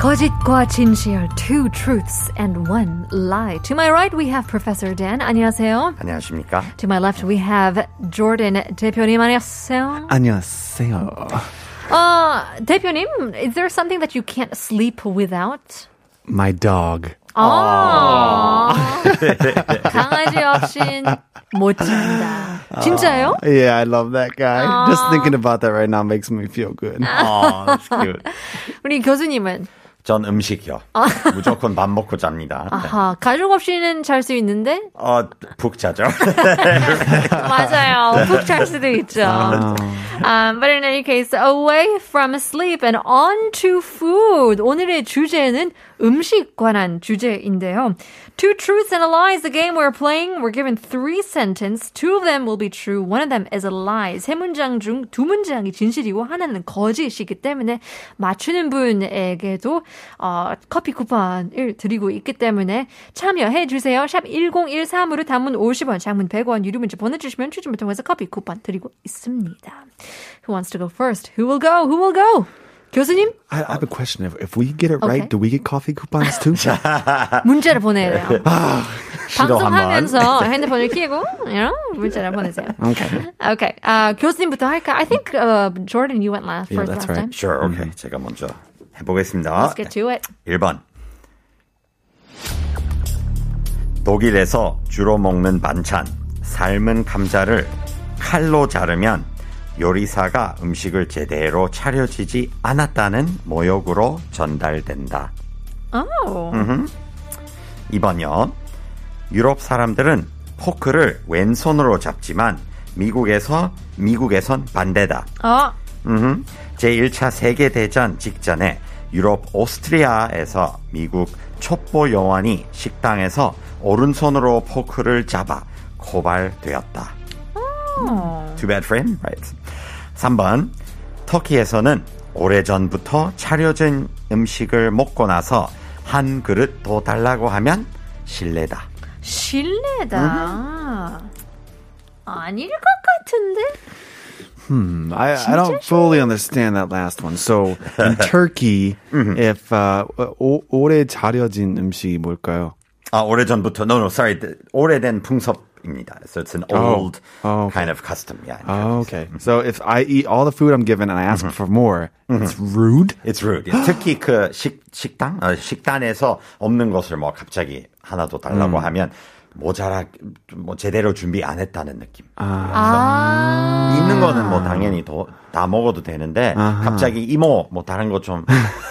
거짓과 진실, two truths and one lie. To my right, we have Professor Dan. 안녕하세요. 안녕하십니까? To my left, we have Jordan 대표님. 안녕하세요. 안녕하세요. Uh, 대표님, is there something that you can't sleep without? My dog. 아, 강아지 없인 못 잔다. 진짜요? Yeah, I love that guy. Just thinking about that right now makes me feel good. 어, that's cute. 우리 교수님은 전 음식이요. 무조건 밥 먹고 잡니다. 네. 아하, 가족 없이는 잘 수 있는데 어, 푹 자죠. 맞아요. 푹 잘 수도 있죠. Um, but in any case, away from sleep and on to food. 오늘의 주제는 음식 관한 주제인데요. Two truths and a lie is the game we're playing. We're given three sentences. Two of them will be true. One of them is a lie. 세 문장 중 두 문장이 진실이고 하나는 거짓이기 때문에 맞추는 분에게도 어, 커피 쿠폰을 드리고 있기 때문에 참여해 주세요. 샵 1013으로 단문 50원, 장문 100원, 유료 문자 보내주시면 추첨을 통해서 커피 쿠폰 드리고 있습니다. Who wants to go first? Who will go? Who will go? 교수님 I, I have a question. If, if we get it Okay. right, do we get coffee coupons too? 아, 문자를 보내야 네. 돼요. 방송하면서 한번. 핸드폰을 키고 you know, 문자를 보내세요. 어. Okay. Okay. 아, 교수님부터 할까? I think uh, Jordan, you went last Yeah, first that's last time. right. 아, sure, okay. 제가 먼저 해보겠습니다. Let's get to it. 1번. 독일에서 주로 먹는 반찬, 삶은 감자를 칼로 자르면 요리사가 음식을 제대로 차려지지 않았다는 모욕으로 전달된다. Oh. 2번요. 유럽 사람들은 포크를 왼손으로 잡지만 미국에서 미국에선 반대다. 어. 음흠. 제1차 세계대전 직전에 유럽 오스트리아에서 미국 첩보 요원이 식당에서 오른손으로 포크를 잡아 고발되었다. Too bad for him, right? 3번. 터키에서는 오래전부터 차려진 음식을 먹고 나서 한 그릇 더 달라고 하면 실례다. 실례다. 음? 아닐 것 같은데? I, I don't fully understand that last one. So, in Turkey, if, uh, 오, 오래 자려진 음식이 뭘까요? 아, 오래전부터 no no sorry. 오래된 풍습입니다. So it's an old 어, kind of custom. Yeah. in Oh, Turkey. okay. So, if I eat all the food I'm given and I ask for more, Mm-hmm. it's rude? It's rude. 특히 그 식, 식당? 어, 식단에서 없는 것을 뭐 갑자기 하나 더 달라고 하면 모자라, 뭐 제대로 준비 안 했다는 느낌. 아. 있는 거는 뭐 당연히 더, 다 먹어도 되는데 갑자기 이모 뭐 다른 거 좀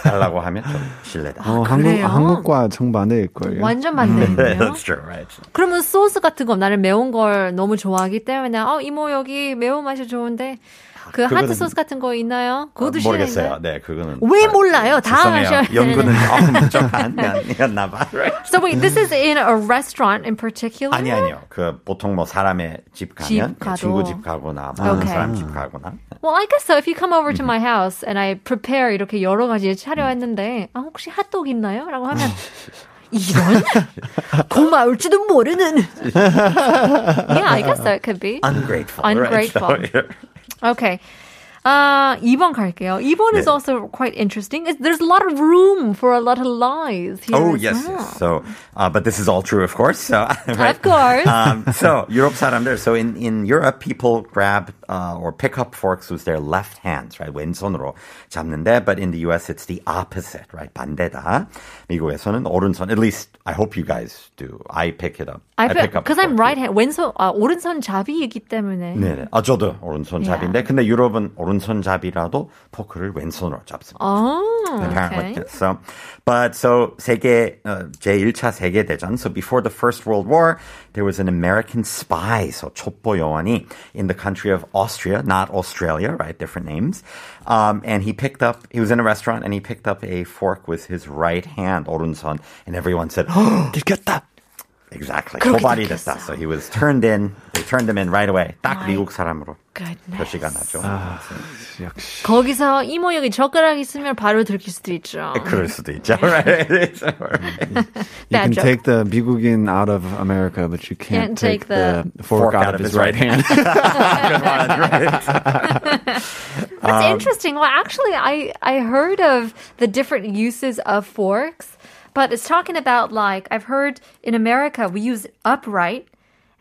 달라고 하면 좀 실례다. 어, 한국, 그래요? 한국과 정반대일걸요. 음. 완전 반대네요. That's true, right? 그러면 소스 같은 거 나는 매운 걸 너무 좋아하기 때문에 어 이모 여기 매운 맛이 좋은데 그 하트 아, 그거는- 소스 같은 거 있나요? 그것도 실례인가요? 모르겠어요. 네, 그거는. 왜 잘- 몰라요? 다음 죄송해요. 하셔야 연구는 조금 부족한 면이었나 봐. Right? So wait, this is in a restaurant in particular. 아니 아니요. 그 보통 뭐 사람의 집집 가면 가도. 아. 친구 집 가거나 뭐 오케이. 사람 집 가거나 Well, I guess so. If you come over to Mm-hmm. my house and I prepare 이렇게 여러 가지 차려했는데 아 혹시 핫도그 있나요? 라고 하면 이런 고마울지도 모르는. yeah, I guess so. It could be. ungrateful. Ungrateful. Right? So, yeah. Okay. Uh, 2번 갈게요. 2번 is also quite interesting. It's, there's a lot of room for a lot of lies here. Oh as yes, well. yes. So, uh, but this is all true, of course. So, right? Of course. Um, so Europe 사람들. So in in Europe, people grab uh, or pick up forks with their left hands, right? 왼손으로 잡는데, but in the U.S. it's the opposite, right? 반대다. 미국에서는 오른손. At least I hope you guys do. I pick it up. I feel, up because I'm forks. right hand, 왼손, 아, uh, 오른손 잡이이기 때문에. 네네. 아 저도 오른손잡인데, 근데 유럽은 오른손잡이라도 포크를 왼손으로 잡습니다. Oh, Apparently. okay. So, but so 세계 uh, 제1차 세계 대전. So before the First World War, there was an American spy, so 첩보 요원이 in the country of Austria, not Australia, right? Different names. Um, and he picked up. He was in a restaurant and he picked up a fork with his right hand, 오른손, and everyone said, "Oh, 들켰다. Exactly. 그렇게 고발이 됐겠어. 됐다. So he was turned in. They turned him in right away. 딱 My 미국 사람으로 goodness. 표시가 나죠. 역시. 거기서 이모 여기 젓가락 있으면 바로 들킬 수도 있죠. 그럴 수도 있죠. Right? It's alright. You can Bad joke. take the 미국인 out of America, but you can't, Can't take the, fork, out, of his right hand. That's um, interesting. Well, actually, I I heard of the different uses of forks, but it's talking about like I've heard in America we use upright,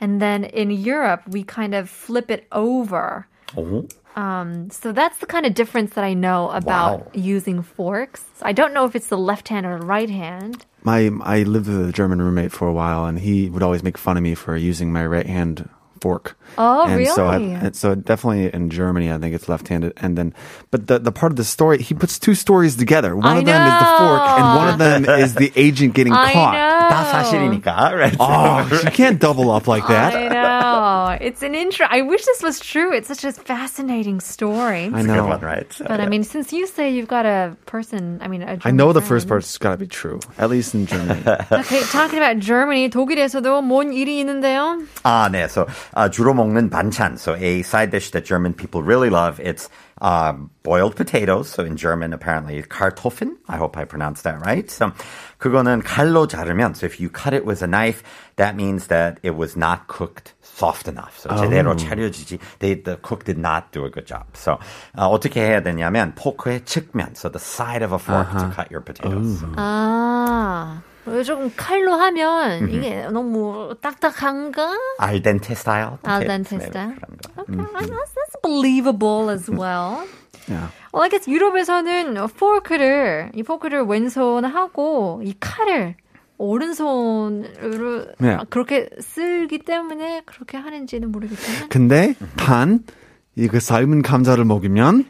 and then in Europe we kind of flip it over. 오, Um, so that's the kind of difference that I know about Wow. using forks. So I don't know if it's the left hand or right hand. my I lived with a German roommate for a while, and he would always make fun of me for using my right hand fork. Oh, and So, I, really? and so definitely in Germany, I think it's left-handed. And then, but the the part of the story, he puts two stories together. One I of them is the fork, and one of them is the agent getting I caught. know. 다 사실이니까. Right? Oh, you can't double up like that. I know. It's an intro. I wish this was true. It's such a fascinating story. Good I know. one, right? But I mean, since you say you've got a person, I mean, a I know the German first friend. part's got to be true, at least in Germany. Okay, talking about Germany, 독일에서도 뭔 일이 음. 있는데요? Ah, 네. So, uh, 주로 먹는 반찬. So, a side dish that German people really love. It's uh, boiled potatoes. So, in German, apparently, Kartoffeln. I hope I pronounced that right. So, 그거는 칼로 자르면. So, if you cut it with a knife, that means that it was not cooked soft enough. So, 제대로 차려지지. They, the cook did not do a good job. So, uh, 어떻게 해야 되냐면, 포크의 측면. So, the side of a fork to cut your potatoes. 아, 조금 칼로 하면 이게 너무 딱딱한가? Al dente style. Al potatoes, dente maybe style. 그런 거. Okay, 음. that's, that's believable as well. yeah. Well, I guess 유럽에서는 포크를 이 포크를 왼손하고 이 칼을 오른손으로 네. 그렇게 쓰기 때문에 그렇게 하는지는 모르겠지만 근데 단이그 삶은 감자를 먹으면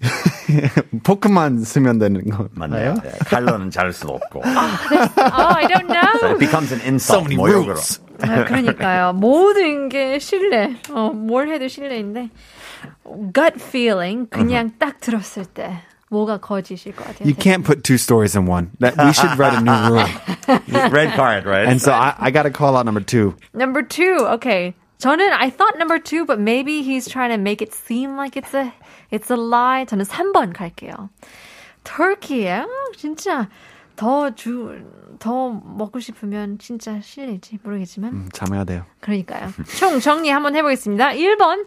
포크만 쓰면 되는 거 맞네요. 네, 칼로는 자를 수도 없고. 아, oh, I don't know. It becomes an insult. 모욕으로. 아, 그러니까요. 모든 게 신뢰. 어, 뭘 해도 신뢰인데 gut feeling 그냥 딱 들었을 때 뭐가 거짓일 것 같아요. You can't put two stories in one. That we should write a new rule. Red card, right? And so I, I got to call out number two. Number two, okay. 저는 I thought number two, but maybe he's trying to make it seem like it's a it's a lie. 저는 3번 갈게요. 터키예요. 진짜 더 주 더 먹고 싶으면 진짜 실례지 모르겠지만 음, 참아야 돼요. 그러니까요. 총 정리 한번 해보겠습니다. 1번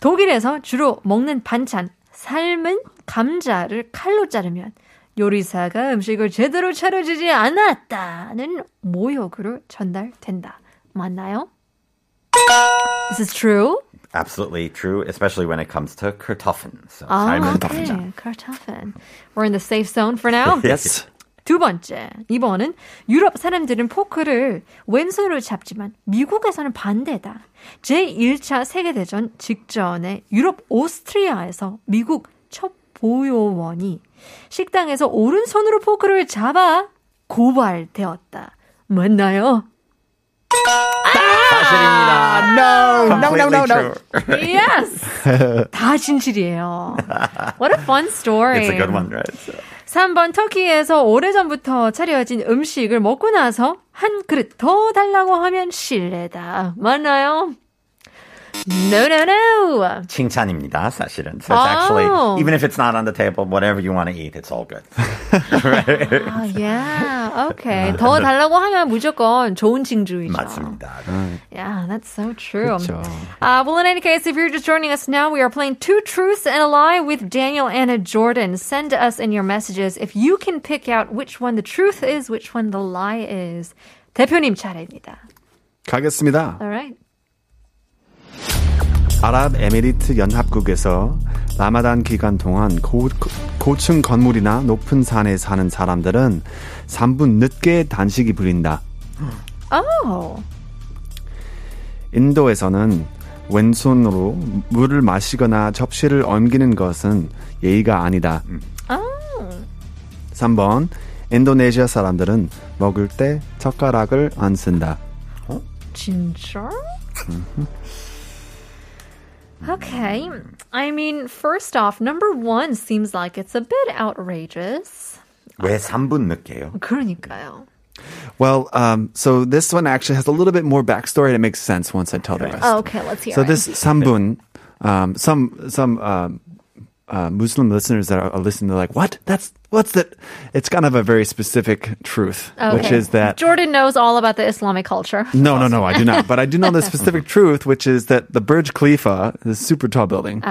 독일에서 주로 먹는 반찬 삶은 감자를 칼로 자르면 요리사가 음식을 제대로 차려주지 않았다는 모욕으로 전달된다. 맞나요? This is true. Absolutely true, especially when it comes to Kartoffeln. So 아, 삶은 okay. Kartoffeln. We're in the safe zone for now. Yes. 두 번째, 이번은 유럽 사람들은 포크를 왼손으로 잡지만 미국에서는 반대다. 제1차 세계대전 직전에 유럽 오스트리아에서 미국 첫 보요원이 식당에서 오른손으로 포크를 잡아 고발되었다. 맞나요? 사실입니다. No, Oh, no, no, no, 아, Completely no. true. 네. Yes! 다 진실이에요. What a fun story. It's a good one, right? So, 3번 터키에서 오래전부터 차려진 음식을 먹고 나서 한 그릇 더 달라고 하면 실례다. 맞나요? No, no, no. 칭찬입니다, 사실은. So it's actually, Oh. even if it's not on the table, whatever you want to eat, it's all good. 아, yeah. Okay. 더 달라고 하면 무조건 좋은 징조이죠. 맞습니다. 아. Yeah, that's so true. 그쵸. Uh, well, in any case, if you're just joining us now, we are playing Two Truths and a Lie with Daniel and Jordan. Send us in your messages if you can pick out which one the truth is, which one the lie is. 대표님 차례입니다. 가겠습니다. All right. 아랍에미리트 연합국에서 라마단 기간 동안 고, 층 건물이나 높은 산에 사는 사람들은 3분 늦게 단식이 불린다. Oh, 인도에서는 왼손으로 물을 마시거나 접시를 옮기는 것은 예의가 아니다. Oh. 3번 인도네시아 사람들은 먹을 때 젓가락을 안 쓴다. ginger? Mm-hmm. Okay. I mean, first off, number one seems like it's a bit outrageous. 왜 3분 늦게요? 그러니까요. Well, um, so this one actually has a little bit more backstory. And it makes sense once I tell the rest. Oh, okay, let's hear So it. this sambun, um, some some um, uh, Muslim listeners that are, are listening, they're like, "What? That's what's that?" It's kind of a very specific truth, which Okay. is that Jordan knows all about the Islamic culture. no, no, no, I do not. But I do know the specific truth, which is that the Burj Khalifa, the super tall building,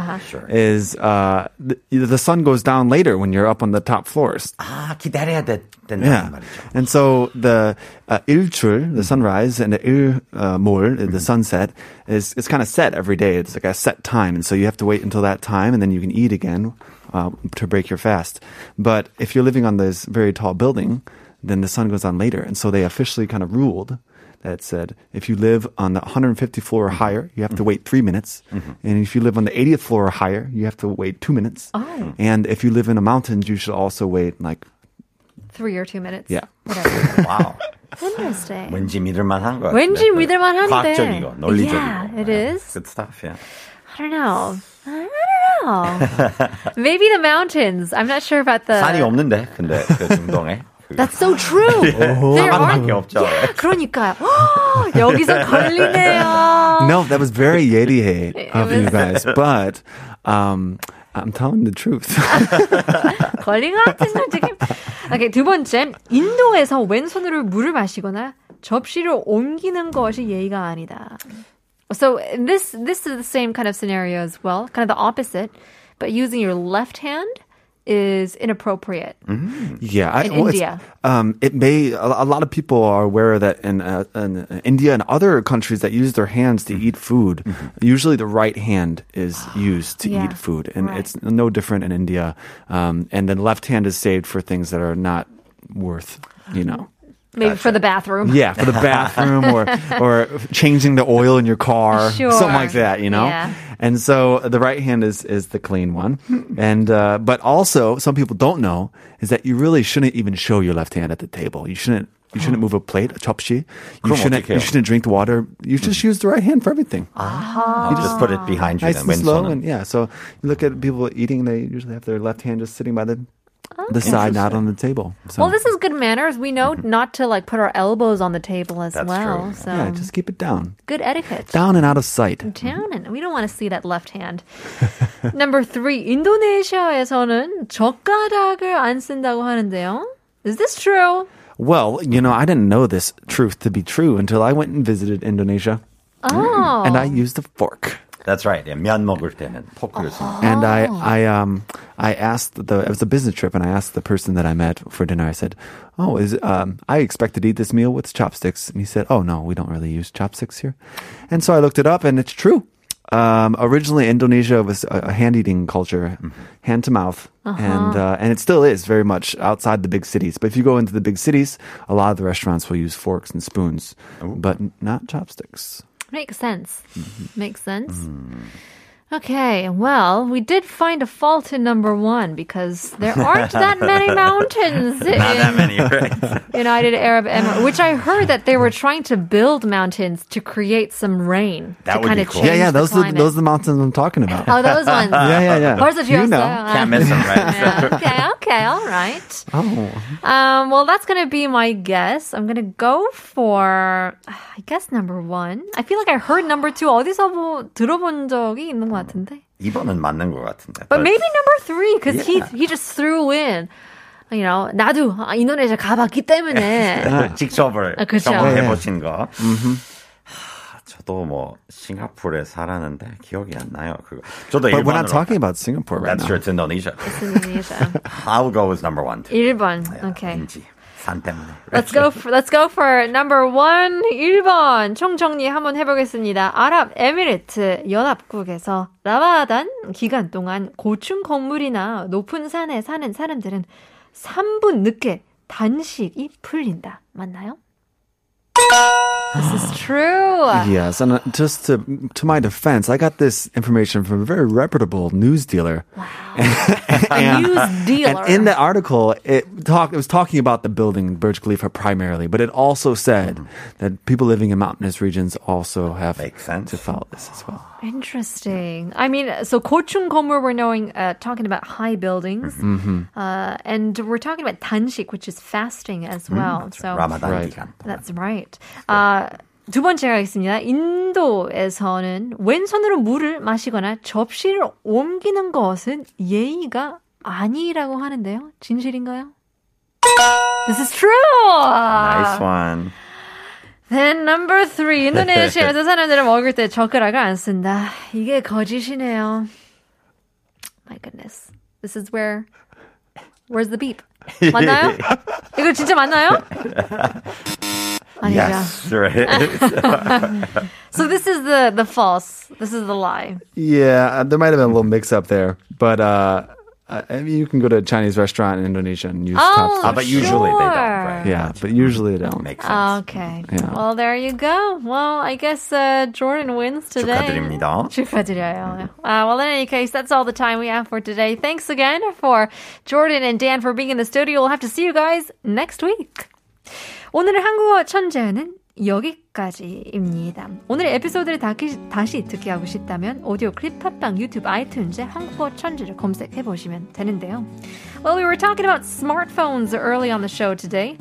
is uh, the, the sun goes down later when you're up on the top floors. 아, 기다려야 되- Yeah. 된다는 말이죠. And so the uh, 일출, the sunrise, and the 일몰, uh, 몰, the sunset, is it's kind of set every day. It's like a set time, and so you have to wait until that time, and then you can eat again uh, to break your fast. But if you're living on this very tall building, then the sun goes on later, and so they officially kind of ruled. That said, if you live on the 150th floor or Mm-hmm. higher, you have to wait three minutes. And if you live on the 80th floor or higher, you have to wait two minutes. Oh. And if you live in a mountain, you should also wait like Three or two minutes. Yeah. Whatever. 와우. Interesting. 왠지 믿을만 한 것 같아요. 왠지 믿을만 한데. 과학적이고, 논리적이고. Yeah, it is. Good stuff, yeah. I don't know. I don't know. Maybe the mountains. I'm not sure about the. 산이 없는데, 근데 그 중동에. 그 That's so true. there are. 산밖에 없죠. 그러니까요. 여기서 걸리네요. No, that was very Yeti hate of you was- guys, but um, I'm telling the truth. Um, 걸린 것 같은데 지금. 오케이 두 번째 인도에서 왼손으로 물을 마시거나 접시를 옮기는 것이 예의가 아니다. So this this is the same kind of scenario as well, kind of the opposite, but using your left hand is inappropriate. Mm, yeah, I, In it's- India. um, it may. A, a lot of people are aware that in, uh, in India and other countries that use their hands to Mm-hmm. eat food, usually the right hand is used to Ah, Yeah, eat food, and right. it's no different in India. Um, and then left hand is saved for things that are not worth, you know. Maybe for the bathroom. Yeah, for the bathroom or or changing the oil in your car, Sure. something like that, you know. Yeah. And so uh, the right hand is is the clean one, and uh, but also some people don't know is that you really shouldn't even show your left hand at the table. You shouldn't. You shouldn't move a plate, a chopshi. You 그럼 shouldn't. 어떡해요? You shouldn't drink the water. You just use the right hand for everything. I'll just put Ah. it behind you nice then, and slow, 왼손은. and yeah. So you look at people eating; they usually have their left hand just sitting by the the side, not on the table. So Well, this is good manners. We know Mm-hmm. not to like put our elbows on the table as That's well. true. So yeah, just keep it down, good etiquette. down and out of sight. Mm-hmm. down and we don't want to see that left hand. Number three, 인도네시아에서는 젓가락을 안 쓴다고 하는데요. Is this true? Well, you know, I didn't know this truth to be true until I went and visited Indonesia Oh, and I used a fork. That's right. Yeah, 면 먹을 때는 포크를 쓰는. And I, I, um, I asked the, it was a business trip and I asked the person that I met for dinner, I said, Oh, is, um, I expected to eat this meal with chopsticks. And he said, Oh, no, we don't really use chopsticks here. And so I looked it up and it's true. Um, originally, Indonesia was a, a hand eating culture, hand to mouth. And, uh, and it still is very much outside the big cities. But if you go into the big cities, a lot of the restaurants will use forks and spoons, but not chopsticks. makes sense. Mm-hmm. Makes sense. Okay, well, we did find a fault in number one because there aren't that many mountains in that many, right? United Arab Emirates, which I heard that they were trying to build mountains to create some rain to That would kind be of cool. change Yeah, yeah, the those are, climate. those are the mountains I'm talking about. oh, those ones. yeah, yeah, yeah. 벌써 You 지웠어요. know. 아. Can't miss them, right? Yeah, okay, okay, all right. Oh. Um, well, that's going to be my guess. I'm going to go for, uh, I guess, number one. I feel like I heard number two. 어디서 뭐 들어본 적이 있는 것 같은데. 이번은 맞는 것 같은데. But maybe number three, because Yeah. he, he just threw in, you know, 나도 아, 인도네시아 가봤기 때문에. 그 직접을 아, 그쵸. 경험해 보신 거. 하, 저도 뭐 싱가포르에 살았는데 기억이 안 나요. 그거. 저도 But we're 일본으로. not talking about Singapore right That's now. true. It's Indonesia. 인도네시아. I'll go with number one. too. 1번. Okay. 왠지 산 때문에. Let's go for let's go for number one. 1번 총정리 한번 해보겠습니다. 아랍 에미레트 연합국에서 라마단 기간 동안 고층 건물이나 높은 산에 사는 사람들은 3분 늦게 단식이 풀린다. 맞나요? This is true. Yes, and uh, just to to my defense, I got this information from a very reputable news dealer. News dealer. And in the article, it talked. It was talking about the building Burj Khalifa primarily, but it also said that people living in mountainous regions also have Mm-hmm. Makes sense. to follow this as well. Interesting. I mean, so 고충 건물 we're knowing uh, talking about high buildings, uh, and we're talking about 단식, which is fasting as well. so 라마단 Right. 기간. 동안. that's right. 아, 두 번째가 있습니다. 인도에서는 왼손으로 물을 마시거나 접시를 옮기는 것은 예의가 아니라고 하는데요. 진실인가요? This is true. Ah. Nice one. Then number three, 인도네시아에서 사람들은 먹을 때 젓가락을 안 쓴다. 이게 거짓이네요. My goodness, this is where, where's the beep? 맞나요? 이거 진짜 맞나요? 아니죠. Yes, right. So this is the the false. This is the lie. Yeah, uh, there might have been a little Mm-hmm. mix up there, but uh, I I mean, you can go to a Chinese restaurant in Indonesia and use Oh, cups. but usually they don't. Right? Yeah, but usually they don't. Makes Ah, sense. Okay. Yeah. Well, there you go. Well, I guess uh, Jordan wins today. 축하드립니다. 축하드려요. Uh, well, in any case, that's all the time we have for today. Thanks again for Jordan and Dan for being in the studio. We'll have to see you guys next week. 오늘의 한국어 천재는 여기까지입니다. 오늘의 에피소드를 다시, 다시 듣기 하고 싶다면 오디오 클립 팟빵 유튜브 아이튠즈에 한국어 천재를 검색해 보시면 되는데요. Well, we were talking about smartphones early on the show today.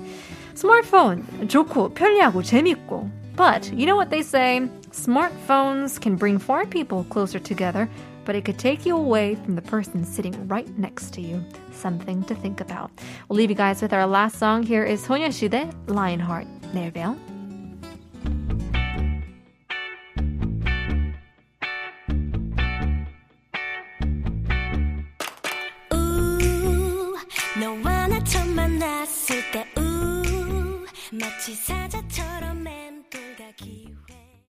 Smartphone 좋고 편리하고 재밌고. But you know what they say? Smartphones can bring four people closer together, but it could take you away from the person sitting right next to you. Something to think about. We'll leave you guys with our last song. Here is 소녀시대 Lionheart. 내일 봬요. 우 너와 나 처음 만났을 때 우 마치 사